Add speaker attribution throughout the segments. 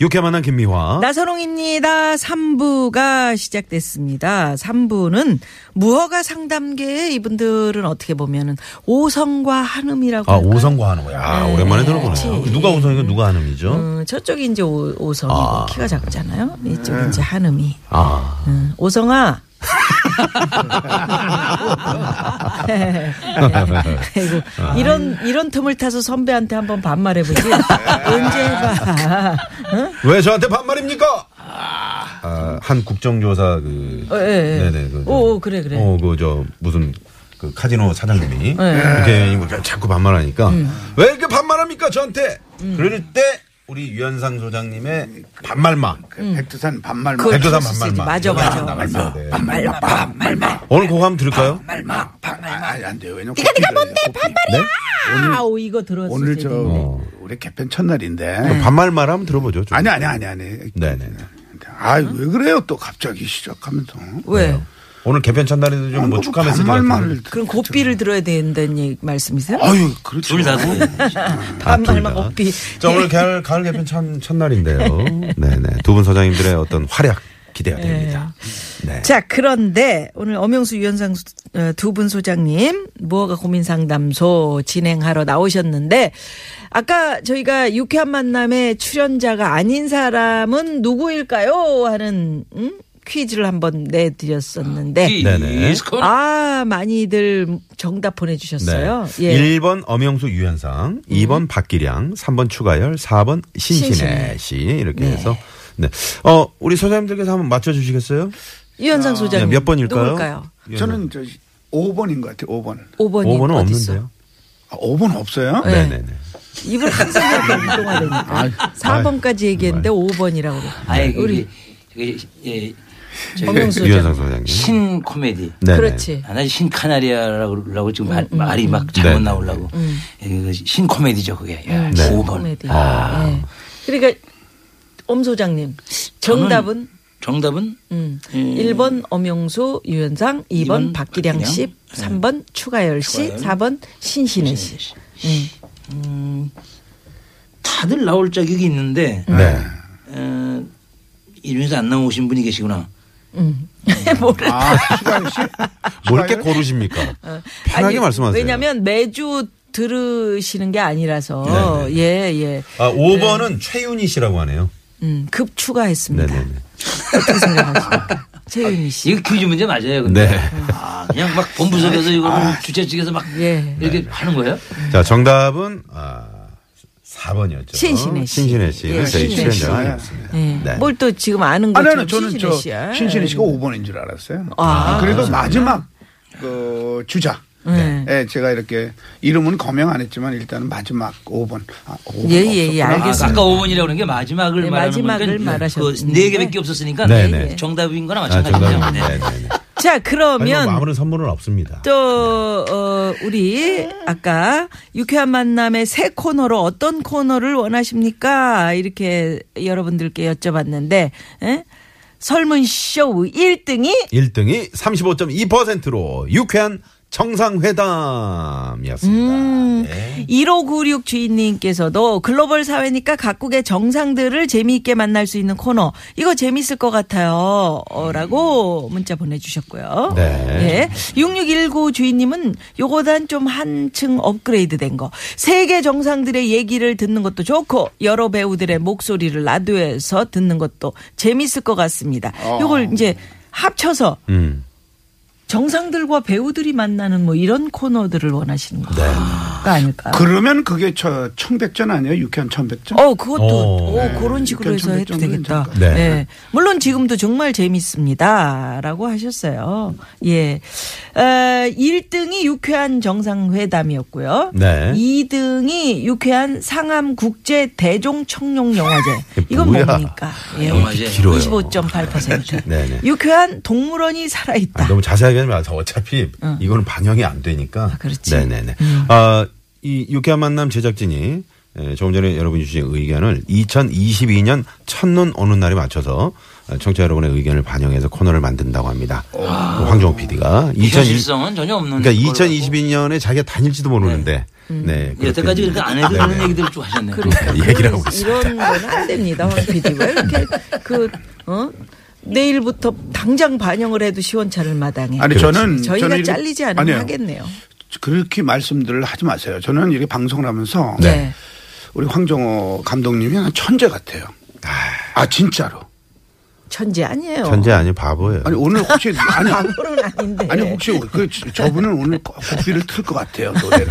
Speaker 1: 유쾌 만난 김미화.
Speaker 2: 나선홍입니다. 3부가 시작됐습니다. 3부는 무허가 상담계에 이분들은 어떻게 보면은 오성과 한음이라고
Speaker 1: 아
Speaker 2: 할까요?
Speaker 1: 오성과 하는 거야. 아, 오랜만에 들어보네요.
Speaker 2: 그치.
Speaker 1: 누가 오성이고 누가 한음이죠?
Speaker 2: 음, 저쪽이 이제 오, 오성이고
Speaker 1: 아.
Speaker 2: 키가 작잖아요. 이쪽이 이제 한음이.
Speaker 1: 아
Speaker 2: 음, 오성아. 아이고, 네. 이런 이런 틈을 타서 선배한테 한번 반말해 보지. 언제 해봐.
Speaker 1: 왜 저한테 반말입니까? 아, 한 국정조사 그
Speaker 2: 어, 예, 예.
Speaker 1: 네네 그
Speaker 2: 오, 오, 그래, 그래.
Speaker 1: 어그 저 무슨 그 카지노 사장님이
Speaker 2: 예. 음.
Speaker 1: 이렇게 이거 자꾸 반말하니까 왜 이렇게 반말합니까 저한테? 그럴 때 우리 유현상 소장님의 반말만
Speaker 3: 백두산 반말만
Speaker 2: 그 그걸
Speaker 1: 백두산
Speaker 2: 들을 수 있지.
Speaker 1: 반말만
Speaker 2: 맞아, 맞아.
Speaker 1: 나가있어야 돼.
Speaker 3: 음. 반말만 반말만
Speaker 1: 오늘 그거 한번 들을까요?
Speaker 2: 아,
Speaker 3: 반말만 반말만 안 돼요 왜냐면 네가 네가 뭔데 반말이야
Speaker 1: 네?
Speaker 2: 아우 이거 들었어.
Speaker 3: 오늘 저 우리 개편
Speaker 2: 아.
Speaker 3: 첫날인데
Speaker 1: 반말만 한번 들어보죠. 좀.
Speaker 3: 아니 아니 아니 아니
Speaker 1: 네네.
Speaker 3: 아왜 그래요 또 갑자기 시작하면서 어,
Speaker 2: 왜?
Speaker 1: 오늘 개편 첫날에도 좀 뭐 축하 메시지 같은 거.
Speaker 3: 반말만을
Speaker 2: 그럼 고삐를 들어야 된다는 얘기- 말씀이세요?
Speaker 3: 아유 그렇죠 둘다
Speaker 2: 반말만
Speaker 1: 둘 다.
Speaker 2: 고삐.
Speaker 1: 자 오늘 가을, 가을 개편 첫, 첫날인데요. 네네 두 분 사장님들의 어떤 활약 기대가 됩니다. 네.
Speaker 2: 자, 그런데 오늘 엄영수 유현상 두 분 소장님 무허가 고민 상담소 진행하러 나오셨는데 아까 저희가 유쾌한 만남의 출연자가 아닌 사람은 누구일까요? 하는 음? 퀴즈를 한번 내드렸었는데
Speaker 1: 네네.
Speaker 2: 아 많이들 정답 보내주셨어요. 예.
Speaker 1: 네. 1번 엄영수 유현상, 2번 박기량, 3번 추가열, 4번 신신혜
Speaker 2: 음. 신신혜.
Speaker 1: 씨 이렇게 해서 네. 어 우리 소장님들께서 한번 맞춰 주시겠어요?
Speaker 2: 유현상 소장님
Speaker 1: 아, 몇 번일까요?
Speaker 2: 누굴까요?
Speaker 1: 뭐.
Speaker 3: 저는 저 5번인 것 같아요 5번
Speaker 2: 5번이
Speaker 1: 5번은
Speaker 2: 어디
Speaker 1: 없는데요.
Speaker 2: 있어요?
Speaker 3: 아, 5번 없어요
Speaker 2: 네.
Speaker 1: 네네네.
Speaker 2: 이분 항상 이렇게 운동하려니까. 4번까지 얘기했는데 5번이라고 그래.
Speaker 4: 아니
Speaker 2: 우리
Speaker 4: 우리 저기 예,
Speaker 2: 박명수
Speaker 1: 유현상
Speaker 2: 소장.
Speaker 1: 소장님.
Speaker 4: 신 코미디
Speaker 1: 그 네네.
Speaker 2: 그렇지.
Speaker 4: 하나 신 카나리아라고 지금
Speaker 2: 음,
Speaker 4: 말- 말이 막 잘못
Speaker 1: 네.
Speaker 4: 나오려고 예, 그신 코미디죠 그게 예.
Speaker 2: 음.
Speaker 4: 야,
Speaker 1: 네.
Speaker 4: 5번
Speaker 2: 코미디.
Speaker 1: 아.
Speaker 2: 예. 그러니까 엄 소장님 정답은
Speaker 4: 정답은
Speaker 2: 음.
Speaker 4: 음.
Speaker 2: 1번 엄영수 유현상, 2번
Speaker 4: 이번
Speaker 2: 박기량
Speaker 4: 박기량. 네.
Speaker 2: 씨, 3번 추가열 씨,
Speaker 4: 추가열.
Speaker 2: 4번 신신혜 씨.
Speaker 4: 음, 다들 나올 자격이 있는데
Speaker 1: 네.
Speaker 4: 어, 이름에서 안 나오신 분이 계시구나
Speaker 3: 아 시간 씨
Speaker 1: 뭘뭐 이렇게 고르십니까? 편하게
Speaker 2: 어. 아니,
Speaker 1: 말씀하세요.
Speaker 2: 왜냐면 매주 들으시는 게 아니라서
Speaker 1: 네,
Speaker 2: 예 예.
Speaker 1: 아, 5번은 최윤희 씨라고 하네요.
Speaker 2: 음, 급 추가했습니다.
Speaker 1: 네네네.
Speaker 2: 어떻게 생각하십니까? 최윤희 씨.
Speaker 4: 이거 퀴즈 문제 맞아요 근데
Speaker 1: 네. 아,
Speaker 4: 아, 그냥 막 본부석에서 이거를 주최 측에서 막
Speaker 2: 예.
Speaker 4: 이렇게 하는 거예요?
Speaker 1: 자, 정답은 아 4번이었죠.
Speaker 2: 신신혜 씨.
Speaker 1: 신신혜 씨.
Speaker 2: 예,
Speaker 1: 저희
Speaker 2: 신신혜
Speaker 1: 출연자가
Speaker 3: 씨.
Speaker 1: 아니었습니다. 네.
Speaker 2: 예. 뭘 또 지금 아는
Speaker 3: 네, 아니,
Speaker 2: 거죠?
Speaker 3: 아니, 저는 저
Speaker 2: 씨야. 예.
Speaker 3: 신신혜 씨가 5번인 줄 알았어요.
Speaker 2: 아,
Speaker 3: 그래도 마지막 그 주자.
Speaker 2: 네.
Speaker 3: 예, 제가 이렇게 이름은 거명 안 했지만 일단은 마지막 5번. 아, 5번
Speaker 2: 예, 예, 예,
Speaker 3: 없었구나.
Speaker 2: 알겠습니다.
Speaker 4: 아, 아까 5번이라고 하는 게 마지막을
Speaker 2: 네,
Speaker 4: 말하는
Speaker 2: 마지막을 말하셨는데.
Speaker 4: 그네 개밖에 없었으니까
Speaker 1: 네, 네.
Speaker 4: 정답인 거나
Speaker 1: 아,
Speaker 4: 마찬가지죠.
Speaker 1: 정답은
Speaker 4: 네.
Speaker 1: 네, 네, 네.
Speaker 2: 자,
Speaker 1: 아니, 뭐
Speaker 2: 그러면
Speaker 1: 아무런 선물은 없습니다.
Speaker 2: 또 어, 우리 아까 유쾌한 만남의 새 코너로 어떤 코너를 원하십니까? 이렇게 여러분들께 여쭤봤는데 에? 설문쇼 1등이
Speaker 1: 1등이 35.2%로 유쾌한 정상회담이었습니다.
Speaker 2: 음.
Speaker 1: 네.
Speaker 2: 1596 주인님께서도 글로벌 사회니까 각국의 정상들을 재미있게 만날 수 있는 코너 이거 재미있을 것 같아요 어, 라고 문자 보내주셨고요
Speaker 1: 음. 네.
Speaker 2: 예. 6619 주인님은 요거단 좀 한층 업그레이드 된거 세계 정상들의 얘기를 듣는 것도 좋고 여러 배우들의 목소리를 라디오에서 듣는 것도 재미있을 것 같습니다 요걸 이제 합쳐서
Speaker 1: 음.
Speaker 2: 정상들과 배우들이 만나는 뭐 이런 코너들을 원하시는
Speaker 1: 네.
Speaker 2: 거가 아닐까요?
Speaker 3: 그러면 그게 저 청백전 아니에요? 유쾌한 청백전?
Speaker 2: 어, 그것도
Speaker 1: 오,
Speaker 2: 오,
Speaker 1: 네.
Speaker 2: 그런 식으로 해서 해도 되겠다.
Speaker 3: 괜찮다.
Speaker 1: 네.
Speaker 2: 예. 물론 지금도 정말 재밌습니다라고 하셨어요. 예. 에, 1등이 유쾌한 정상회담이었고요.
Speaker 1: 네.
Speaker 2: 2등이 유쾌한 상암 국제 대종 청룡 영화제. 이건
Speaker 1: 뭐야. 아,
Speaker 2: 뭡니까? 예.
Speaker 4: 영화제.
Speaker 1: 길어요.
Speaker 2: 25.8%.
Speaker 1: 네네.
Speaker 2: 유쾌한 동물원이 살아 있다.
Speaker 1: 아, 너무 자세하게 하지 마세요. 어차피 이거는 반영이 안 되니까.
Speaker 2: 그렇지. 음.
Speaker 1: 네네네. 아, 이 유쾌한 만남 제작진이 에, 조금 전에 여러분이 주신 의견을 2022년 첫눈 오는 날에 맞춰서 어, 청취자 여러분의 의견을 반영해서 코너를 만든다고 합니다. 그 황정호 PD가.
Speaker 2: 그
Speaker 4: 현실성은 전혀 없는.
Speaker 1: 그러니까
Speaker 4: 걸로
Speaker 1: 2022년에 자기가 다닐지도 모르는데.
Speaker 2: 음. 예,
Speaker 1: 네.
Speaker 4: 하고. 여태까지 그렇게 안 해도
Speaker 1: 되는
Speaker 4: 그런 얘기들을 쭉 하셨네요.
Speaker 1: 얘기를 하고 있습니다.
Speaker 2: 그러니까
Speaker 1: 네.
Speaker 2: 이런 건 안 됩니다, 황 PD. 왜 이렇게 그 어? 내일부터 당장 반영을 해도 시원찮을 마당에.
Speaker 3: 아니 음, 저는
Speaker 2: 저희가
Speaker 3: 저는 이렇게-
Speaker 2: 잘리지 않으면
Speaker 3: 아니에요.
Speaker 2: 하겠네요.
Speaker 3: 그렇게 말씀들을 하지 마세요. 저는 이렇게 방송을 하면서
Speaker 2: 네.
Speaker 3: 우리 황정호 감독님이 한 천재 같아요. 아 진짜로.
Speaker 2: 천재 아니에요.
Speaker 1: 천재 아니 바보예요.
Speaker 3: 아니 오늘 혹시 아니
Speaker 2: 그런 아닌데.
Speaker 3: 아니 혹시 그 저- 저분은 오늘 꼭 고삐를 틀 것 같아요 노래를.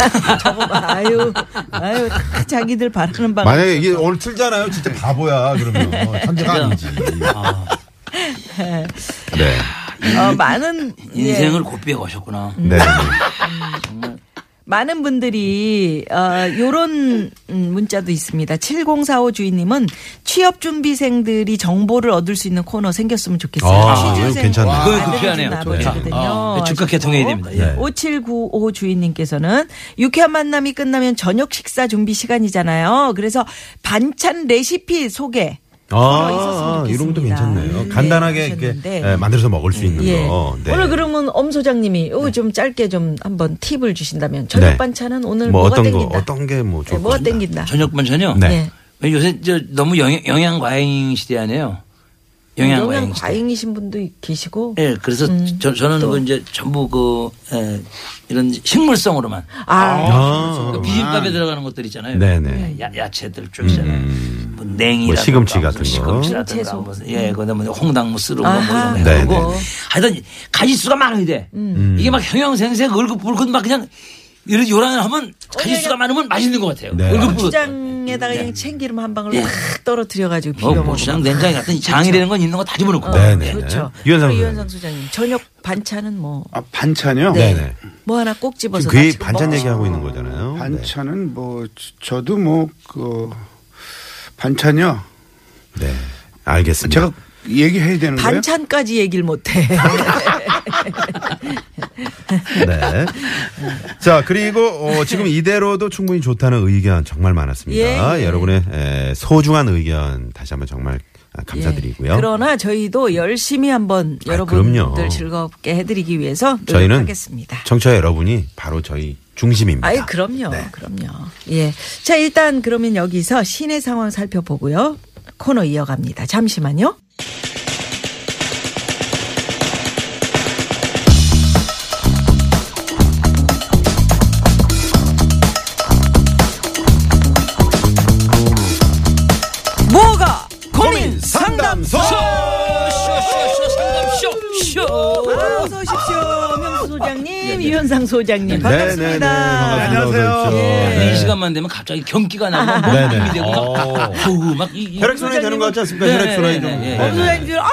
Speaker 2: 아유, 아유, 다 자기들 바라는 방.
Speaker 1: 만약에 이게 오늘 틀잖아요. 진짜
Speaker 2: 네.
Speaker 1: 바보야. 그러면 천재가 아니지. 네.
Speaker 2: 어, 많은 예. 음.
Speaker 4: 인생을 곱비해 가셨구나.
Speaker 1: 네.
Speaker 2: 많은 분들이 어 요런 음, 문자도 있습니다. 7045 주인님은 취업 준비생들이 정보를 얻을 수 있는 코너 생겼으면 좋겠어요.
Speaker 1: 아,
Speaker 2: 취준생
Speaker 1: 이거 괜찮네.
Speaker 2: 안
Speaker 4: 그거
Speaker 2: 되는지
Speaker 4: 급하네요.
Speaker 2: 나버리거든요.
Speaker 4: 아, 즉각 개통해야 됩니다. 예.
Speaker 1: 네.
Speaker 2: 5795 주인님께서는 유쾌한 만남이 끝나면 저녁 식사 준비 시간이잖아요. 그래서 반찬 레시피 소개
Speaker 1: 아,
Speaker 2: 있었으면
Speaker 1: 이런 것도
Speaker 2: 좋겠습니다.
Speaker 1: 괜찮네요.
Speaker 2: 네,
Speaker 1: 간단하게
Speaker 2: 하셨는데.
Speaker 1: 이렇게 예, 만들어서 먹을 수 있는
Speaker 2: 예.
Speaker 1: 거. 네.
Speaker 2: 오늘 그러면 엄 소장님이 요거 좀 짧게 좀 한번 팁을 주신다면 저녁
Speaker 1: 네.
Speaker 2: 반찬은 오늘
Speaker 1: 뭐
Speaker 2: 뭐가
Speaker 1: 어떤 거,
Speaker 2: 땡긴다.
Speaker 1: 어떤 게뭐
Speaker 2: 네,
Speaker 1: 좋을
Speaker 2: 뭐가
Speaker 1: 것 같습니다.
Speaker 2: 땡긴다.
Speaker 4: 저녁 반찬이요?
Speaker 1: 네.
Speaker 4: 요새 저 너무 영양, 영양 과잉 시대 아니에요? 영양 과잉
Speaker 2: 영양
Speaker 4: 시대.
Speaker 2: 과잉이신 음, 분도 계시고
Speaker 4: 예, 그래서 저, 저는 그 이제 전부 그 에, 이런 식물성으로만
Speaker 2: 아,
Speaker 1: 아,
Speaker 4: 그 비빔밥에 들어가는 것들 있잖아요.
Speaker 1: 네네.
Speaker 4: 야, 야채들 쭉 있잖아요. 뭐 냉이라든가
Speaker 1: 뭐 시금치 같은 거.
Speaker 4: 시금치라든가
Speaker 2: 채소.
Speaker 4: 뭐, 예, 그다음에 홍당무 쓰는 거
Speaker 2: 아하.
Speaker 4: 뭐 이런 거
Speaker 1: 네네.
Speaker 4: 하고 하여튼 가짓수가 많아야 돼.
Speaker 1: 음.
Speaker 4: 이게 막 형형생생 얼굴붉은 막 그냥 이런 요란을 하면 가짓수가 많으면 맛있는 것 같아요.
Speaker 1: 네.
Speaker 4: 얼굴붉은
Speaker 2: 고추장에다가 그냥 참기름 한 방울
Speaker 4: 예.
Speaker 2: 팍 떨어뜨려 가지고 비벼
Speaker 4: 뭐
Speaker 2: 먹어.
Speaker 4: 고추장 된장 같은 장이 되는 건 있는 거 다 집어넣고.
Speaker 1: 네네.
Speaker 2: 그렇죠.
Speaker 1: 유현상
Speaker 2: 그리고
Speaker 1: 소장님.
Speaker 2: 유현상 소장님 저녁 반찬은 뭐 뭐
Speaker 3: 아, 반찬이요?
Speaker 1: 네네.
Speaker 2: 하나 꼭 집어서
Speaker 1: 지금 그게
Speaker 2: 같이
Speaker 1: 반찬
Speaker 2: 먹어서.
Speaker 1: 얘기하고 있는 거잖아요. 네.
Speaker 3: 반찬은 뭐 저- 저도 뭐 그 반찬이요.
Speaker 1: 네. 알겠습니다.
Speaker 3: 제가 얘기해야 되는 거예요?
Speaker 2: 반찬까지 얘기를 못해.
Speaker 1: 네. 자, 그리고 어, 지금 이대로도 충분히 좋다는 의견 정말 많았습니다.
Speaker 2: 예, 예.
Speaker 1: 여러분의 에, 소중한 의견 다시 한번 정말 아, 감사드리고요.
Speaker 2: 그러나 저희도 열심히 한번
Speaker 1: 아,
Speaker 2: 여러분들
Speaker 1: 그럼요.
Speaker 2: 즐겁게 해드리기 위해서
Speaker 1: 저희는
Speaker 2: 노력하겠습니다.
Speaker 1: 청취자 여러분이 바로 저희 중심입니다.
Speaker 2: 아유 그럼요, 그럼요. 예, 자 일단 그러면 여기서 시내 상황 살펴보고요. 코너 이어갑니다. 잠시만요. 뭐가 고민 상담소.
Speaker 4: 쇼쇼쇼 상담쇼 쇼.
Speaker 2: 아, 어서 오십시오, 명수 소장님, 유현상 소장님
Speaker 1: 네네네.
Speaker 2: 반갑습니다.
Speaker 1: 반갑습니다.
Speaker 3: 안녕하세요.
Speaker 1: 어서 오십시오.
Speaker 4: 이
Speaker 1: 네.
Speaker 4: 시간만 되면 갑자기 경기가 나고 막
Speaker 1: 네네.
Speaker 4: 힘이 되고
Speaker 1: 어.
Speaker 4: 막 호우 막 이- 이-
Speaker 1: 혈액순환이 되는 거 같지 않습니까?
Speaker 4: 뭐 네,
Speaker 1: 혈액순환이
Speaker 4: 네,
Speaker 1: 좀.
Speaker 4: 네, 네.
Speaker 1: 네네.
Speaker 2: 엄 소장님들 어라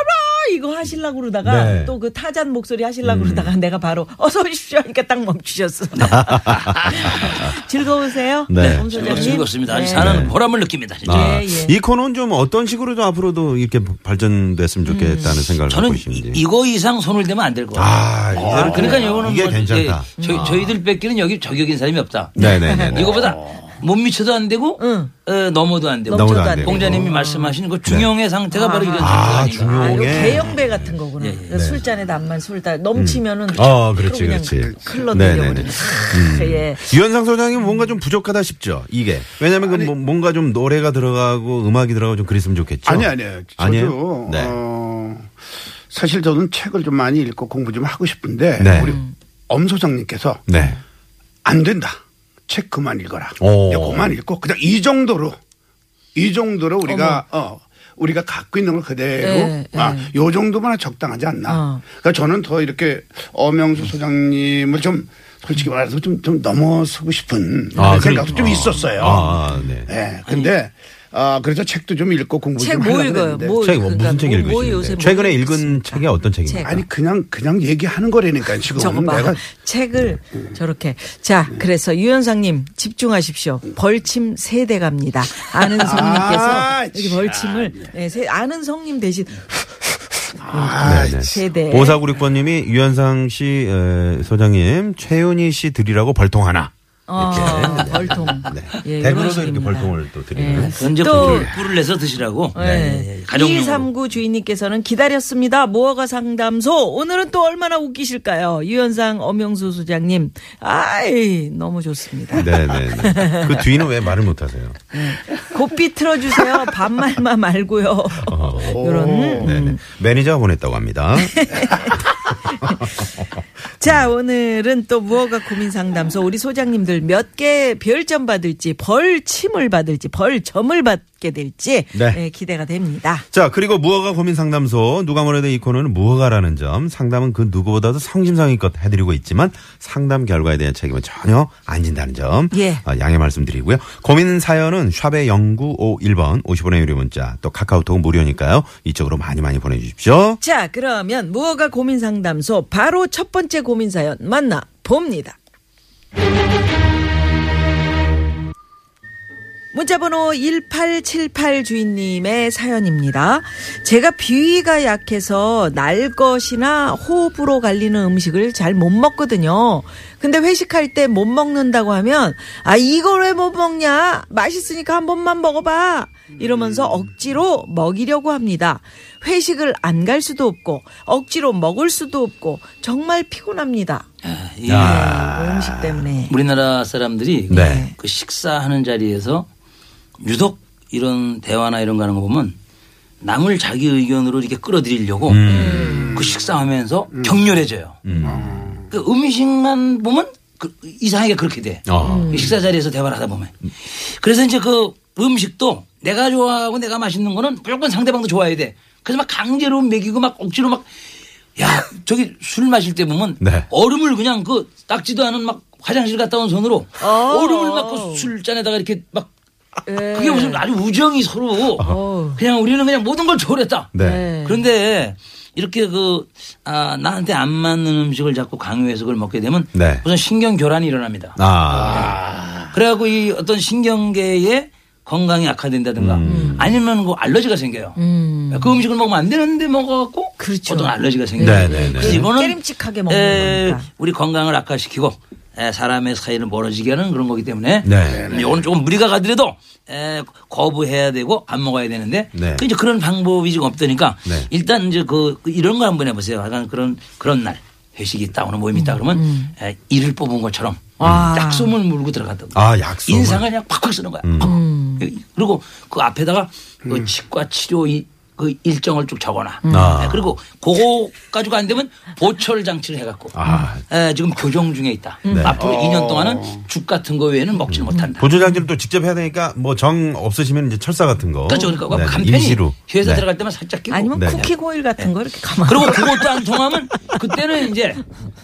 Speaker 2: 이거 하시려고 그러다가
Speaker 1: 네. 음.
Speaker 2: 또 그 타잔 목소리 하시려고 그러다가 내가 바로 어서 오십시오 하니까 딱 멈추셨어. 즐거우세요?
Speaker 1: 네.
Speaker 2: 엄
Speaker 4: 즐겁-
Speaker 2: 소장님?
Speaker 4: 즐겁습니다.
Speaker 2: 네.
Speaker 4: 사는 보람을 느낍니다. 진짜.
Speaker 1: 아,
Speaker 2: 예, 예.
Speaker 1: 이 코너는 좀 어떤 식으로 좀 앞으로도 이렇게 발전됐으면 좋겠다는 생각을 갖고
Speaker 4: 저는
Speaker 1: 계시는지.
Speaker 4: 이, 거 이상 손을 대면 안 될 거예요.
Speaker 1: 아, 이대로
Speaker 4: 그러니까
Speaker 1: 좀-
Speaker 4: 이거는 예.
Speaker 1: 이게 괜찮다.
Speaker 4: 저희,
Speaker 1: 아.
Speaker 4: 저희들 뺏기는 여기 저격인 사람이 없다.
Speaker 1: 네네네.
Speaker 4: 이거보다 못 미쳐도 안 되고
Speaker 2: 응.
Speaker 4: 어, 넘어도 안 되고.
Speaker 1: 어. 넘어도
Speaker 2: 넘쳐도
Speaker 1: 안
Speaker 2: 안
Speaker 1: 되고. 네.
Speaker 4: 공자님이 말씀하신 그 중용의 상태가 바로 이런 상태가
Speaker 1: 아,
Speaker 4: 아닌가.
Speaker 2: 아, 이거
Speaker 1: 중용의.
Speaker 2: 개영배 같은 거구나. 그러니까 술잔에 남만 술다 넘치면은
Speaker 1: 어, 그렇지,
Speaker 2: 그냥
Speaker 1: 그렇지.
Speaker 2: 흘러
Speaker 1: 네네네. 음.
Speaker 2: 내려버리는. 예.
Speaker 1: 유현상 소장님 뭔가 좀 부족하다 싶죠. 이게 왜냐하면 그 뭐- 뭔가 좀 노래가 들어가고 음악이 들어가고 좀 그랬으면 좋겠죠.
Speaker 3: 아니 아니에요. 저도
Speaker 1: 아니에요? 네.
Speaker 3: 어, 사실 저는 책을 좀 많이 읽고 공부 좀 하고 싶은데
Speaker 1: 네.
Speaker 3: 우리 엄 소장님께서
Speaker 1: 네.
Speaker 3: 안 된다. 책 그만 읽어라.
Speaker 1: 오.
Speaker 3: 그냥 그만 읽고 그냥 이 정도로 이 정도로 우리가 어 우리가 갖고 있는 걸 그대로
Speaker 2: 네,
Speaker 3: 아,
Speaker 2: 네.
Speaker 3: 요 정도만 적당하지 않나.
Speaker 2: 어.
Speaker 3: 그러니까 저는 더 이렇게 엄영수 소장님을 좀 솔직히 말해서 좀, 좀 넘어서고 싶은
Speaker 1: 아,
Speaker 3: 그런 생각도
Speaker 1: 그래.
Speaker 3: 좀
Speaker 1: 아.
Speaker 3: 있었어요.
Speaker 1: 아, 네.
Speaker 3: 예. 근데 아, 그래서 책도 좀 읽고 공부 좀
Speaker 2: 책
Speaker 3: 하려고
Speaker 2: 뭐 읽어요?
Speaker 3: 그랬는데.
Speaker 2: 뭐
Speaker 1: 책 뭐,
Speaker 2: 그러니까
Speaker 1: 무슨 책
Speaker 2: 뭐-
Speaker 1: 읽으시는데?
Speaker 2: 뭐 요새 뭐
Speaker 1: 최근에 읽은
Speaker 2: 읽습니까?
Speaker 1: 책이 어떤 책입니까?
Speaker 2: 책.
Speaker 3: 아니 그냥 그냥 얘기하는 거라니까 지금
Speaker 2: 저거 봐.
Speaker 3: 내가
Speaker 2: 책을 저렇게. 자, 그래서 유현상님 집중하십시오. 벌침 세대 갑니다. 아는 성님께서
Speaker 3: 아,
Speaker 2: 여기 벌침을 예, 세- 아는 성님 대신
Speaker 1: 네,
Speaker 3: 아,
Speaker 2: 세대.
Speaker 1: 오사구리권님이 유현상 씨 에, 소장님 최윤희 씨 드리라고 벌통하나.
Speaker 2: 어,
Speaker 1: 이렇게.
Speaker 2: 벌통.
Speaker 1: 네.
Speaker 2: 예, 이런
Speaker 1: 대구로도 이렇게
Speaker 2: 식입니다. 네.
Speaker 1: 벌통을 네. 또 드리는.
Speaker 4: 언제
Speaker 2: 또-
Speaker 4: 꿀을, 꿀을 내서 드시라고.
Speaker 2: 네.
Speaker 4: 가정용으로.
Speaker 2: 2239 주인님께서는 기다렸습니다. 모아가 상담소. 오늘은 또 얼마나 웃기실까요? 유현상 엄영수 소장님. 아이, 너무 좋습니다.
Speaker 1: 네, 네, 네. 그 뒤는 왜 말을 못 하세요?
Speaker 2: 고삐 틀어주세요. 반말만 말고요.
Speaker 1: 어.
Speaker 2: 요런.
Speaker 1: 네, 네. 매니저가 보냈다고 합니다.
Speaker 2: 자, 오늘은 또 무허가 고민 상담소 우리 소장님들 몇 개 별점 받을지, 벌침을 받을지, 벌점을 받게 될지
Speaker 1: 네.
Speaker 2: 예, 기대가 됩니다.
Speaker 1: 자, 그리고 무허가 고민 상담소 누가 뭐래도 이 코너는 무허가라는 점 상담은 그 누구보다도 성심성의껏 해드리고 있지만 상담 결과에 대한 책임은 전혀 안 진다는 점
Speaker 2: 예.
Speaker 1: 어, 양해 말씀드리고요. 고민 사연은 샵의 0951번 50원의 유료 문자 또 카카오톡은 무료니까요. 이쪽으로 많이 많이 보내주십시오.
Speaker 2: 자, 그러면 무허가 고민 상담소 바로 첫 번째 고민 사연 만나 봅니다. 문자번호 1878 주인님의 사연입니다. 제가 비위가 약해서 날 것이나 호흡으로 갈리는 음식을 잘 못 먹거든요. 근데 회식할 때 못 먹는다고 하면, 아, 이걸 왜 못 먹냐? 맛있으니까 한 번만 먹어봐! 이러면서
Speaker 4: 음.
Speaker 2: 억지로 먹이려고 합니다. 회식을 안 갈 수도 없고, 억지로 먹을 수도 없고, 정말 피곤합니다.
Speaker 4: 아, 이
Speaker 2: 네, 음식 때문에.
Speaker 4: 우리나라 사람들이
Speaker 1: 네.
Speaker 4: 그 식사하는 자리에서 유독 이런 대화나 이런 거 하는 거 보면 남을 자기 의견으로 이렇게 끌어들이려고
Speaker 1: 음.
Speaker 4: 그 식사하면서 격렬해져요. 그 음식만 보면 그 이상하게 그렇게 돼.
Speaker 1: 어.
Speaker 4: 이 식사 자리에서 대화를 하다 보면.
Speaker 1: 음.
Speaker 4: 그래서 이제 그 음식도 내가 좋아하고 내가 맛있는 거는 무조건 상대방도 좋아해야 돼. 그래서 막 강제로 먹이고 막 억지로 막 야, 저기 술 마실 때 보면
Speaker 1: 네.
Speaker 4: 얼음을 그냥 그 닦지도 않은 막 화장실 갔다 온 손으로
Speaker 2: 어.
Speaker 4: 얼음을 막 그 술잔에다가 이렇게 막
Speaker 2: 예.
Speaker 4: 그게 무슨 아주 우정이 서로
Speaker 2: 어.
Speaker 4: 그냥 우리는 그냥 모든 걸 조렸다.
Speaker 1: 네.
Speaker 4: 그런데 이렇게 그 아, 나한테 안 맞는 음식을 자꾸 강요해서 그걸 먹게 되면
Speaker 1: 네.
Speaker 4: 우선 신경 교란이 일어납니다.
Speaker 1: 아,
Speaker 4: 그래갖고 이 어떤 신경계의 건강이 악화된다든가
Speaker 1: 음.
Speaker 4: 아니면 그 알러지가 생겨요. 그 음식을 먹으면 안 되는데 먹어갖고
Speaker 2: 그렇죠.
Speaker 4: 어떤 알러지가 생겨요.
Speaker 1: 네, 네, 네.
Speaker 4: 그래서 뭐, 이거는
Speaker 2: 깨림칙하게 먹는
Speaker 4: 에,
Speaker 2: 거니까.
Speaker 4: 우리 건강을 악화시키고 에, 사람의 사이를 멀어지게 하는 그런 거기 때문에
Speaker 1: 네.
Speaker 4: 음, 요거는 조금 무리가 가더라도 에, 거부해야 되고 안 먹어야 되는데
Speaker 1: 네.
Speaker 4: 그 이제 그런 방법이 지금 없다니까
Speaker 1: 네.
Speaker 4: 일단 이제 그, 그 이런 거 한번 해보세요. 약간 그런 그런 날 회식이 있다 오늘 모임이 있다 그러면 에, 이를 뽑은 것처럼
Speaker 2: 음, 와.
Speaker 4: 약솜을 물고 들어간다.
Speaker 1: 아, 약솜을. 음.
Speaker 4: 인상을 그냥 팍팍 쓰는 거야. 팍.
Speaker 2: 음.
Speaker 4: 그리고 그 앞에다가 그 치과 치료 이, 그 일정을 쭉 적어놔.
Speaker 1: 아.
Speaker 4: 네, 그리고 그거 가지고 안 되면 보철 장치를 해갖고
Speaker 1: 아. 음. 네. 어.
Speaker 4: 에, 지금 교정 중에 있다. 앞으로 2년 동안은 죽 같은 거 외에는 먹지 는 못한다.
Speaker 1: 보조장치를 또 직접 해야 되니까 뭐 정 없으시면 이제 철사 같은 거.
Speaker 4: 그렇죠. 그러니까
Speaker 1: 네,
Speaker 4: 간편히
Speaker 1: 임시로.
Speaker 4: 회사
Speaker 1: 네.
Speaker 4: 들어갈 때만 살짝 끼고
Speaker 2: 아니면
Speaker 1: 네, 네.
Speaker 2: 쿠키 고일 같은 거 이렇게 가만.
Speaker 4: 그리고 그것도 안 통하면 그때는 이제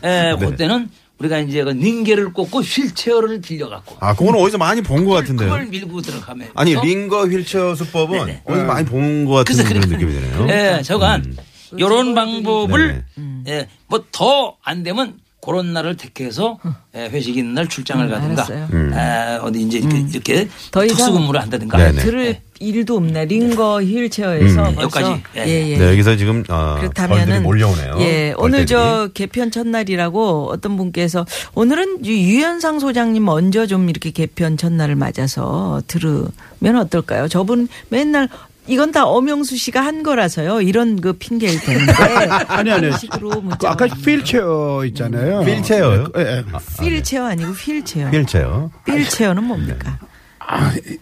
Speaker 1: 네.
Speaker 4: 에, 그때는 우리가 이제 그 링게를 꽂고 휠체어를 빌려갖고
Speaker 1: 아, 그거는 어디서 많이 본 것 같은데요.
Speaker 4: 그걸 밀고 들어가면
Speaker 1: 아니 링거 휠체어 수법은 어디서 많이 본 것 같은 그런 느낌이 드네요. 음.
Speaker 4: 예, 저간 이런 방법을
Speaker 1: 네네.
Speaker 4: 예, 뭐 더 안 되면 그런 날을 택해서 예, 회식 있는 날 출장을
Speaker 2: 음,
Speaker 4: 가든가
Speaker 2: 알았어요. 음.
Speaker 4: 에, 어디 이제 이렇게, 이렇게
Speaker 2: 더 이상
Speaker 4: 특수근무를 한다든가
Speaker 1: 음.
Speaker 4: 예,
Speaker 1: 네네.
Speaker 2: 들을 일도 없네. 링거 휠체어에서
Speaker 1: 음.
Speaker 2: 벌써.
Speaker 4: 여기까지. 예,
Speaker 2: 예, 예.
Speaker 1: 네, 여기서 지금 어, 벌들이
Speaker 2: 그렇다면은
Speaker 1: 몰려오네요.
Speaker 2: 예,
Speaker 1: 벌들이.
Speaker 2: 오늘 저 개편 첫날이라고 어떤 분께서 오늘은 유- 유현상 소장님 먼저 좀 이렇게 개편 첫날을 맞아서 들으면 어떨까요? 저분 맨날 이건 다 엄영수 씨가 한 거라서요. 이런 그 핑계일 텐데.
Speaker 3: 아니 아니.
Speaker 2: 이런 식으로
Speaker 3: 그
Speaker 2: 문자.
Speaker 3: 아까 휠체어 있잖아요.
Speaker 1: 음. 휠체어요? 아,
Speaker 3: 예, 예.
Speaker 2: 휠체어 아니고 휠체어.
Speaker 1: 휠체어.
Speaker 2: 휠체어는 뭡니까?
Speaker 3: 아, 이-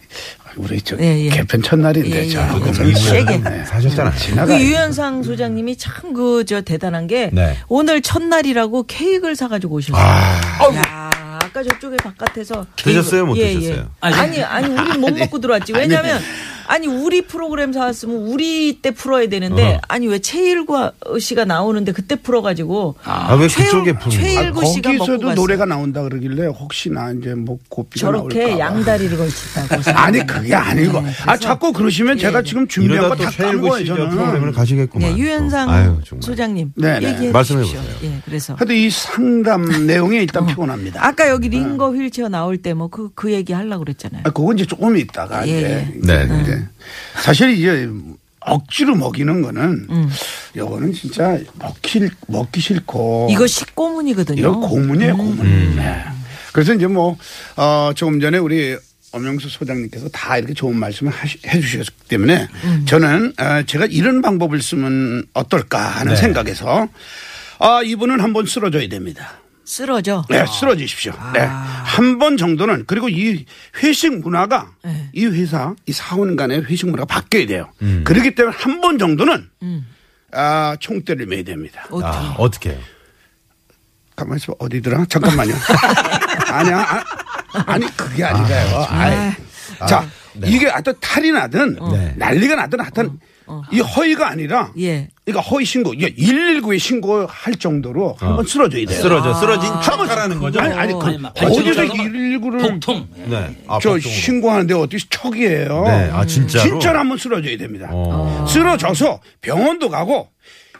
Speaker 3: 우리 저
Speaker 2: 예, 예.
Speaker 3: 개편 첫날인데
Speaker 2: 예, 예.
Speaker 3: 저
Speaker 2: 그거
Speaker 3: 오늘
Speaker 2: 좀 세게.
Speaker 3: 네.
Speaker 1: 사셨잖아요.
Speaker 3: 지나가.
Speaker 2: 그 유현상 소장님이 참 그 저 대단한 게
Speaker 1: 네.
Speaker 2: 오늘 첫날이라고 케이크를 사가지고 오셨어요. 야, 아까 저쪽에 바깥에서
Speaker 1: 아. 드셨어요? 못
Speaker 2: 케이크- 예,
Speaker 1: 드셨어요?
Speaker 2: 아니 아니 우리 못 먹고 들어왔지. 왜냐면 아니 우리 프로그램 사왔으면 우리 때 풀어야 되는데
Speaker 1: 어.
Speaker 2: 아니 왜 최일구 씨가 나오는데 그때 풀어가지고
Speaker 1: 아, 왜
Speaker 2: 최일-
Speaker 1: 그쪽에 푸는 거야?
Speaker 2: 최일구 씨가 먹고
Speaker 3: 아, 거기서도
Speaker 2: 갔어.
Speaker 3: 노래가 나온다 그러길래 혹시나 이제 뭐 고삐가
Speaker 2: 저렇게
Speaker 3: 나올까 봐.
Speaker 2: 양다리를 걸친다고.
Speaker 3: 아니 그게 아니고 아
Speaker 2: 그래서- 예.
Speaker 3: 자꾸 그러시면 제가 지금 준비한
Speaker 1: 이러다
Speaker 3: 거
Speaker 1: 또
Speaker 3: 다 깐
Speaker 1: 최일구
Speaker 3: 거예요
Speaker 1: 씨
Speaker 3: 저는
Speaker 1: 프로그램을 가시겠구만.
Speaker 2: 네, 유현상
Speaker 1: 또. 아유, 정말.
Speaker 2: 소장님
Speaker 3: 네, 네.
Speaker 2: 얘기해
Speaker 1: 말씀해
Speaker 2: 주십시오.
Speaker 1: 보세요.
Speaker 2: 예, 그래서
Speaker 3: 하여튼 이 상담 내용이
Speaker 2: 어.
Speaker 3: 일단 피곤합니다
Speaker 2: 아까 여기
Speaker 1: 네.
Speaker 2: 링거 휠체어 나올 때 뭐 그 그 얘기 하려고 그랬잖아요.
Speaker 3: 아, 그건 이제 조금 있다가
Speaker 2: 예,
Speaker 3: 이제
Speaker 2: 예.
Speaker 1: 네,
Speaker 3: 이제 사실 이제 억지로 먹이는 거는
Speaker 2: 음.
Speaker 3: 요거는 진짜 먹힐 먹기 싫고
Speaker 2: 이거 식고문이거든요. 음.
Speaker 3: 이거 고문이에요 고문.
Speaker 1: 음.
Speaker 3: 네. 그래서 이제 뭐어 조금 전에 우리 엄영수 소장님께서 다 이렇게 좋은 말씀을 하시- 해주셨기 때문에
Speaker 2: 음.
Speaker 3: 저는 어, 제가 이런 방법을 쓰면 어떨까 하는
Speaker 1: 네.
Speaker 3: 생각에서 아 이분은 한번 쓰러져야 됩니다.
Speaker 2: 쓰러져.
Speaker 3: 네, 쓰러지십시오. 네. 한 번 정도는 그리고 이 회식 문화가 이 회사 이 사원 간의 회식 문화가 바뀌어야 돼요. 그렇기 때문에 한 번 정도는 아, 총대를 매야 됩니다.
Speaker 2: 어떻게?
Speaker 1: 아, 어떻게 해요?
Speaker 3: 가만 있어 봐. 어디더라? 잠깐만요. 아니야. 아, 아니 그게 아니라요. 아이. 자, 이게 하여튼 탈이 나든
Speaker 1: 네.
Speaker 3: 난리가 나든 하여튼 이 허위가 아니라
Speaker 2: 예.
Speaker 3: 그러니까 허위 신고, 119에 신고할 정도로 한번 쓰러져야 돼요.
Speaker 1: 쓰러져, 쓰러진 척하라는 거죠?
Speaker 3: 아니,
Speaker 2: 뭐
Speaker 3: 아니, 그,
Speaker 4: 아니, 네, 막
Speaker 3: 어디서
Speaker 4: 발전을 하다가
Speaker 3: 119를
Speaker 4: 통통. 예.
Speaker 1: 네. 아,
Speaker 3: 저
Speaker 1: 법적으로.
Speaker 3: 신고하는데 어떻게 척이에요?
Speaker 1: 네, 아, 진짜로?
Speaker 3: 진짜로 한번 쓰러져야 됩니다.
Speaker 1: 어.
Speaker 3: 쓰러져서 병원도 가고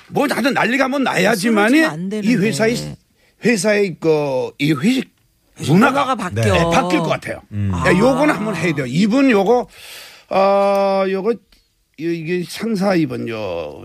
Speaker 3: 뭐 나도 난리가 한번 나야지만이
Speaker 2: 쓰러지면 안 되는데.
Speaker 3: 이 회사의 회사의 그이 회식
Speaker 2: 문화가
Speaker 3: 문화가
Speaker 2: 바뀌어.
Speaker 3: 네, 바뀔 것 같아요. 야, 요거는 한번 해야 돼요. 이분 요거 어 요거 이게 상사 이분 요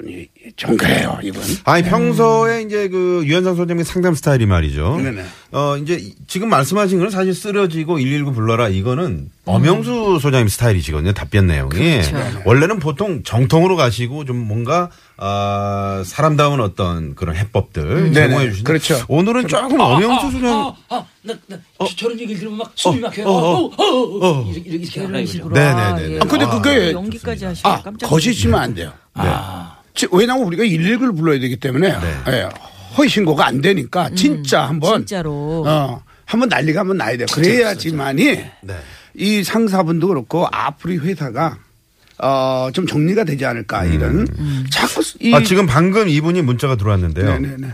Speaker 3: 정글해요 이분.
Speaker 1: 아니 평소에 이제 그 유현상 소장님 상담 스타일이 말이죠.
Speaker 3: 네네.
Speaker 1: 어 이제 이- 지금 말씀하신 거는 사실 쓰러지고 119 불러라 이거는 엄영수 소장님 스타일이시거든요. 답변 내용이 네. 원래는 보통 정통으로 가시고 좀 뭔가 아 사람다운 어떤 그런 해법들
Speaker 3: 네네.
Speaker 1: 제공해 주시는.
Speaker 3: 그렇죠.
Speaker 1: 오늘은 조금 엄영수 소장.
Speaker 4: 아, 아, 나, 나 저- 저런 얘기를 들으면 막
Speaker 1: 어,
Speaker 4: 숨이 막혀요.
Speaker 1: 어,
Speaker 4: 어,
Speaker 1: 어,
Speaker 4: 어, 어, 어,
Speaker 1: 어.
Speaker 4: 이렇게 이렇게 하라
Speaker 2: 이런
Speaker 4: 이거죠.
Speaker 2: 식으로.
Speaker 1: 네네네.
Speaker 2: 예.
Speaker 3: 아, 근데 그게
Speaker 2: 연기까지 하시고
Speaker 3: 아
Speaker 2: 깜짝 네.
Speaker 3: 거짓이면 안 돼요. 네.
Speaker 4: 아,
Speaker 3: 지- 왜냐하면 우리가 119를 불러야 되기 때문에 예, 허위 신고가 안 되니까 진짜 한번
Speaker 2: 음, 진짜로.
Speaker 3: 어, 한번 난리가 한번 나야 돼요. 그래야지만이
Speaker 1: 네.
Speaker 3: 이 상사분도 그렇고 앞으로 이 회사가 어, 좀 정리가 되지 않을까
Speaker 2: 음,
Speaker 3: 이런 자꾸 이
Speaker 1: 아 지금 방금 이분이 문자가 들어왔는데요.
Speaker 3: 네네네.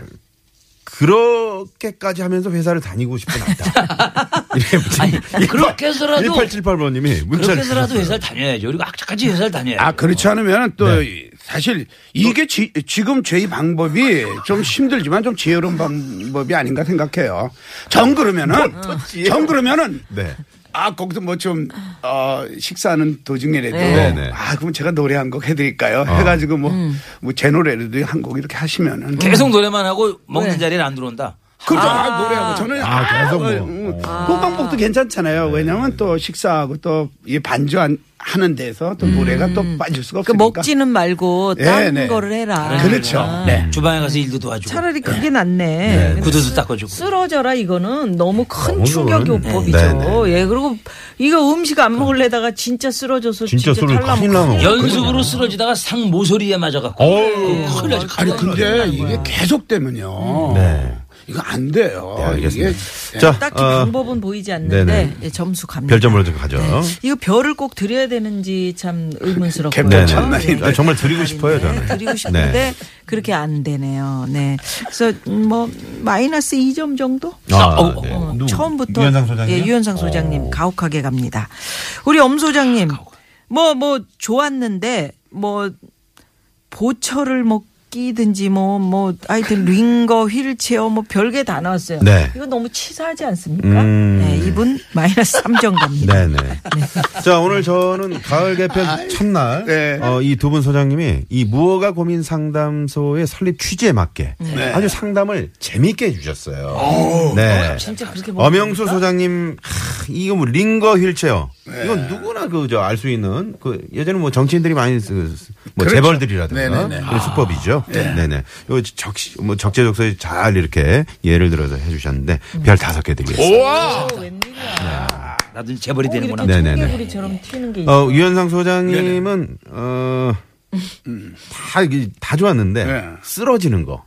Speaker 1: 그렇게까지 하면서 회사를 다니고 싶진 않다. 이렇게
Speaker 4: 아니, 그렇게 해서라도-
Speaker 1: 1878번님이 문자를
Speaker 4: 그렇게 해서라도
Speaker 1: 주셨어요.
Speaker 4: 회사를 다녀야죠. 그리고 악착같이 회사를 다녀야죠.
Speaker 3: 아 그렇지 않으면 또
Speaker 1: 네.
Speaker 3: 이- 사실 이게 지, 지금 저희 방법이 좀 힘들지만 좀 지혜로운 방법이 아닌가 생각해요. 정 그러면은 정 그러면은
Speaker 1: 뭐 네.
Speaker 3: 아 거기서 뭐 좀 어, 식사하는 도중에라도
Speaker 1: 네. 어. 음. 네.
Speaker 3: 아 그럼 제가 노래 한 곡 해드릴까요? 해가지고 뭐 뭐 제 노래라도 한 곡 이렇게 하시면은
Speaker 4: 계속 노래만 하고 먹는
Speaker 2: 네.
Speaker 4: 자리에 안 들어온다.
Speaker 3: 그렇죠 아, 노래하고 저는
Speaker 1: 아, 계속 뭐. 네.
Speaker 3: 음, 그 방법도 괜찮잖아요. 왜냐면 또 식사하고 또 이 반주하는 데서
Speaker 1: 음.
Speaker 3: 또 노래가 또 빠질 수가
Speaker 2: 그
Speaker 3: 없으니까.
Speaker 2: 먹지는 말고
Speaker 3: 예,
Speaker 2: 다른
Speaker 3: 네.
Speaker 2: 거를 해라.
Speaker 1: 아,
Speaker 3: 그렇죠. 네.
Speaker 4: 주방에 가서 일도 도와주고
Speaker 2: 아. 차라리 그게 낫네. 근데
Speaker 4: 구두도 닦아주고.
Speaker 2: 쓰러져라 이거는 너무 큰
Speaker 1: 너무
Speaker 2: 충격이
Speaker 1: 그거는-
Speaker 2: 오법이죠.
Speaker 1: 네, 네,
Speaker 2: 예 그리고 이거 음식 안 먹을래다가 진짜 쓰러져서
Speaker 1: 진짜
Speaker 2: 진짜,
Speaker 1: 쓰러-
Speaker 2: 탈락
Speaker 1: 큰일 나면
Speaker 4: 연습으로 쓰러지다가 상 모서리에 맞아갖고.
Speaker 1: 어우.
Speaker 4: 큰일 나죠.
Speaker 3: 아니
Speaker 4: 큰일 나죠.
Speaker 3: 근데 이게 계속되면요.
Speaker 1: 네.
Speaker 3: 이거 안 돼요.
Speaker 1: 네, 알겠습니다.
Speaker 3: 이게
Speaker 1: 자,
Speaker 2: 딱히
Speaker 1: 어,
Speaker 2: 방법은 보이지 않는데
Speaker 1: 네네.
Speaker 2: 예, 점수 갑니다.
Speaker 1: 별점으로 좀 가죠.
Speaker 2: 어. 이거 별을 꼭 드려야 되는지 참 의문스럽고
Speaker 4: 네.
Speaker 3: 갭 장난인데.
Speaker 1: 아, 정말 드리고 싶어요, 저는.
Speaker 2: 드리고 싶은데
Speaker 1: 네.
Speaker 2: 그렇게 안 되네요. 네. 그래서 뭐 마이너스 2점 정도?
Speaker 1: 아,
Speaker 4: 어,
Speaker 1: 네.
Speaker 2: 어,
Speaker 1: 누구?
Speaker 2: 처음부터
Speaker 1: 유현상 소장님. 어.
Speaker 2: 예, 유현상 소장님 가혹하게 갑니다. 우리 엄 소장님 뭐 뭐 좋았는데 뭐 보철을 뭐 끼든지 뭐 뭐 하여튼 링거 휠체어 뭐 별게 다 나왔어요.
Speaker 1: 네.
Speaker 2: 이거 너무 치사하지 않습니까?
Speaker 1: 음.
Speaker 2: 네, 이분 마이너스 3점 갑니다.
Speaker 1: 네네. 자, 오늘 저는 가을 개편 첫날,
Speaker 3: 네.
Speaker 1: 어, 이 두 분 소장님이 이 무허가 고민 상담소의 설립 취지에 맞게
Speaker 3: 네.
Speaker 1: 아주 상담을 재미있게 해주셨어요. 네.
Speaker 2: 진짜 그렇게 먹-
Speaker 1: 엄영수 소장님, 하, 이거 뭐 링거 휠체어.
Speaker 3: 네.
Speaker 1: 이건 누구나 그 저 알 수 있는 그 예전에 뭐 정치인들이 많이 쓰- 뭐
Speaker 3: 그렇죠.
Speaker 1: 재벌들이라든가
Speaker 3: 네네네.
Speaker 1: 그런 수법이죠. 네네. 요 적시 뭐 적재적소에 잘 이렇게 예를 들어서 해주셨는데 별 다섯 개 드리겠습니다.
Speaker 4: 나도 이제 재벌이 되는구나.
Speaker 1: 이렇게- 네네네.
Speaker 2: 청개구리처럼 튀는 게 있어.
Speaker 3: 네.
Speaker 1: 어, 유현상 소장님은 어. 다, 이게 다 좋았는데,
Speaker 3: 네.
Speaker 1: 쓰러지는 거.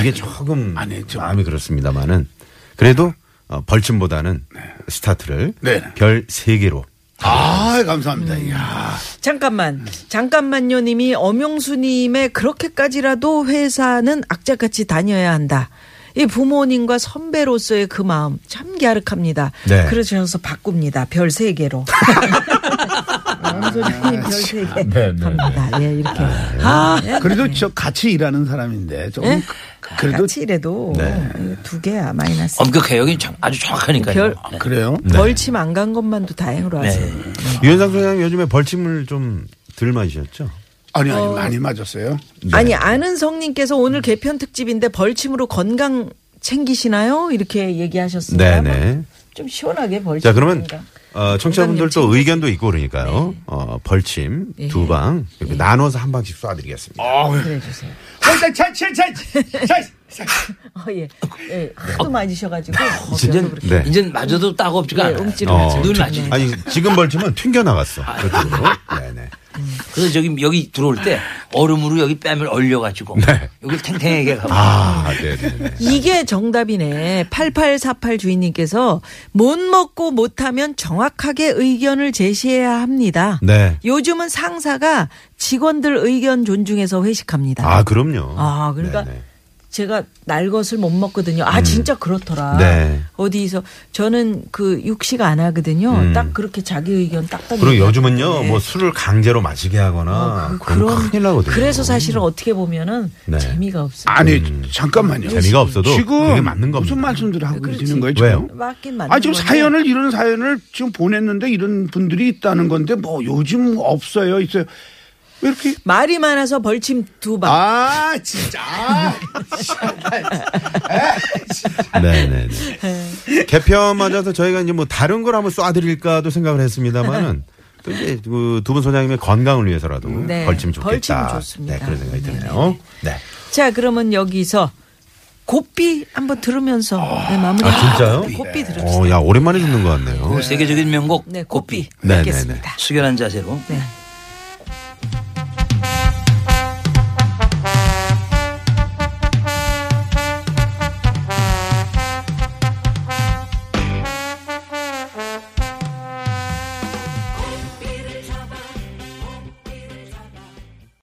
Speaker 1: 이게 조금
Speaker 3: 아니, 좀-
Speaker 1: 마음이 그렇습니다만은 그래도 어, 벌침보다는 스타트를
Speaker 3: 네.
Speaker 1: 별 세개로
Speaker 3: 아, 감사합니다. 이야.
Speaker 2: 잠깐만, 잠깐만요 님이 엄용수님의 그렇게까지라도 회사는 악자같이 다녀야 한다. 이 부모님과 선배로서의 그 마음 참 갸륵합니다.
Speaker 1: 네.
Speaker 2: 그러셔서 바꿉니다. 별 세개로 엄소장님 별 세개
Speaker 1: 네, 네,
Speaker 2: 갑니다. 예, 이렇게. 아,
Speaker 1: 음.
Speaker 3: 그래도 저 같이 일하는 사람인데 좀
Speaker 2: 예?
Speaker 3: 그래도
Speaker 2: 같이 이래도 예, 두 개야 마이너스.
Speaker 4: 엄격해요. 여기 참 아주 정확하니까요.
Speaker 2: 별-
Speaker 4: 네.
Speaker 3: 그래요.
Speaker 2: 벌침 안 간 것만도 다행으로 하세요.
Speaker 4: 네.
Speaker 1: 유현상 소장님 요즘에 벌침을 좀 덜 맞으셨죠?
Speaker 3: 아니 아니 많이 맞았어요.
Speaker 1: 네.
Speaker 2: 아니 아는 성님께서 오늘 개편 특집인데 벌침으로 건강 챙기시나요? 이렇게 얘기하셨습니다.
Speaker 1: 네네.
Speaker 2: 좀 시원하게 벌침.
Speaker 1: 자 그러면
Speaker 2: 드립니다. 네.
Speaker 1: 어, 청취자분들 또 의견도 있고 그러니까요. 어, 벌침
Speaker 2: 예.
Speaker 1: 두 방 이렇게 나눠서 한 방씩 쏴드리겠습니다.
Speaker 3: 아. 어,
Speaker 2: 그래 주세요.
Speaker 3: 찰, 찰, 찰, 찰, 찰.
Speaker 2: 어, 예. 예. 하도 맞으셔가지고 어,
Speaker 4: 이제
Speaker 2: 별로 그렇게
Speaker 1: 네.
Speaker 4: 이제 맞아도 따고 없지가
Speaker 2: 네,
Speaker 4: 않아요.
Speaker 2: 움찔을 맞아요.
Speaker 4: 눈
Speaker 1: 지-
Speaker 4: 맞으니까.
Speaker 1: 아니 지금 벌침은 튕겨 나갔어.
Speaker 3: 아.
Speaker 1: 그쪽으로. 네네.
Speaker 4: 그래서 저기 여기 들어올 때 얼음으로 여기 뺨을 얼려가지고
Speaker 3: 네.
Speaker 4: 여기 탱탱하게 가고
Speaker 1: 네. 아 네네.
Speaker 2: 이게 정답이네. 8848 주인님께서 못 먹고 못하면 정확하게 의견을 제시해야 합니다.
Speaker 1: 네.
Speaker 2: 요즘은 상사가 직원들 의견 존중해서 회식합니다.
Speaker 1: 아 그럼요.
Speaker 2: 아, 그러니까
Speaker 1: 네네. 음.
Speaker 2: 제가 날 것을 못 먹거든요. 아, 진짜 그렇더라.
Speaker 1: 네.
Speaker 2: 어디서 저는 그 육식 안 하거든요. 딱 그렇게 자기 의견 딱딱.
Speaker 1: 음. 그리고
Speaker 2: 얘기하는데.
Speaker 1: 요즘은요 뭐 술을 강제로 마시게 하거나
Speaker 2: 어, 네. 그-
Speaker 1: 그런 큰일 나거든요.
Speaker 2: 그래서 사실은 어떻게 보면은
Speaker 1: 네.
Speaker 2: 재미가 없어요.
Speaker 3: 아니 잠깐만요.
Speaker 1: 음. 재미가 없어도
Speaker 3: 지금
Speaker 1: 그게 맞는 겁니다.
Speaker 3: 무슨 말씀들을 하고
Speaker 2: 그렇지.
Speaker 3: 계시는 거예요? 지금?
Speaker 1: 왜요?
Speaker 2: 맞긴 맞는
Speaker 3: 아 지금
Speaker 2: 건데.
Speaker 3: 사연을 이런 사연을 지금 보냈는데 이런 분들이 있다는 건데 뭐 요즘 없어요 있어요 왜 이렇게
Speaker 2: 말이 많아서 벌침 두 방.
Speaker 3: 아 진짜 아,
Speaker 1: 네네. 개편 맞아서 저희가 이제 뭐 다른 걸 한번 쏴드릴까도 생각을 했습니다만은 또 이제 그 두 분 소장님의 건강을 위해서라도
Speaker 2: 네.
Speaker 1: 벌침 좋겠다.
Speaker 2: 벌침 좋습니다.
Speaker 1: 네, 그런 생각이
Speaker 2: 네네네.
Speaker 1: 드네요. 네.
Speaker 2: 자, 그러면 여기서 곱비 한번 들으면서 네, 마무리.
Speaker 1: 아 진짜요?
Speaker 2: 곱비 들읍시다.
Speaker 1: 어, 야 오랜만에 듣는 것 같네요.
Speaker 4: 그 세계적인 명곡
Speaker 2: 네,
Speaker 4: 고삐
Speaker 2: 곱비
Speaker 1: 네,
Speaker 2: 듣겠습니다.
Speaker 4: 숙연한 자세로
Speaker 2: 네.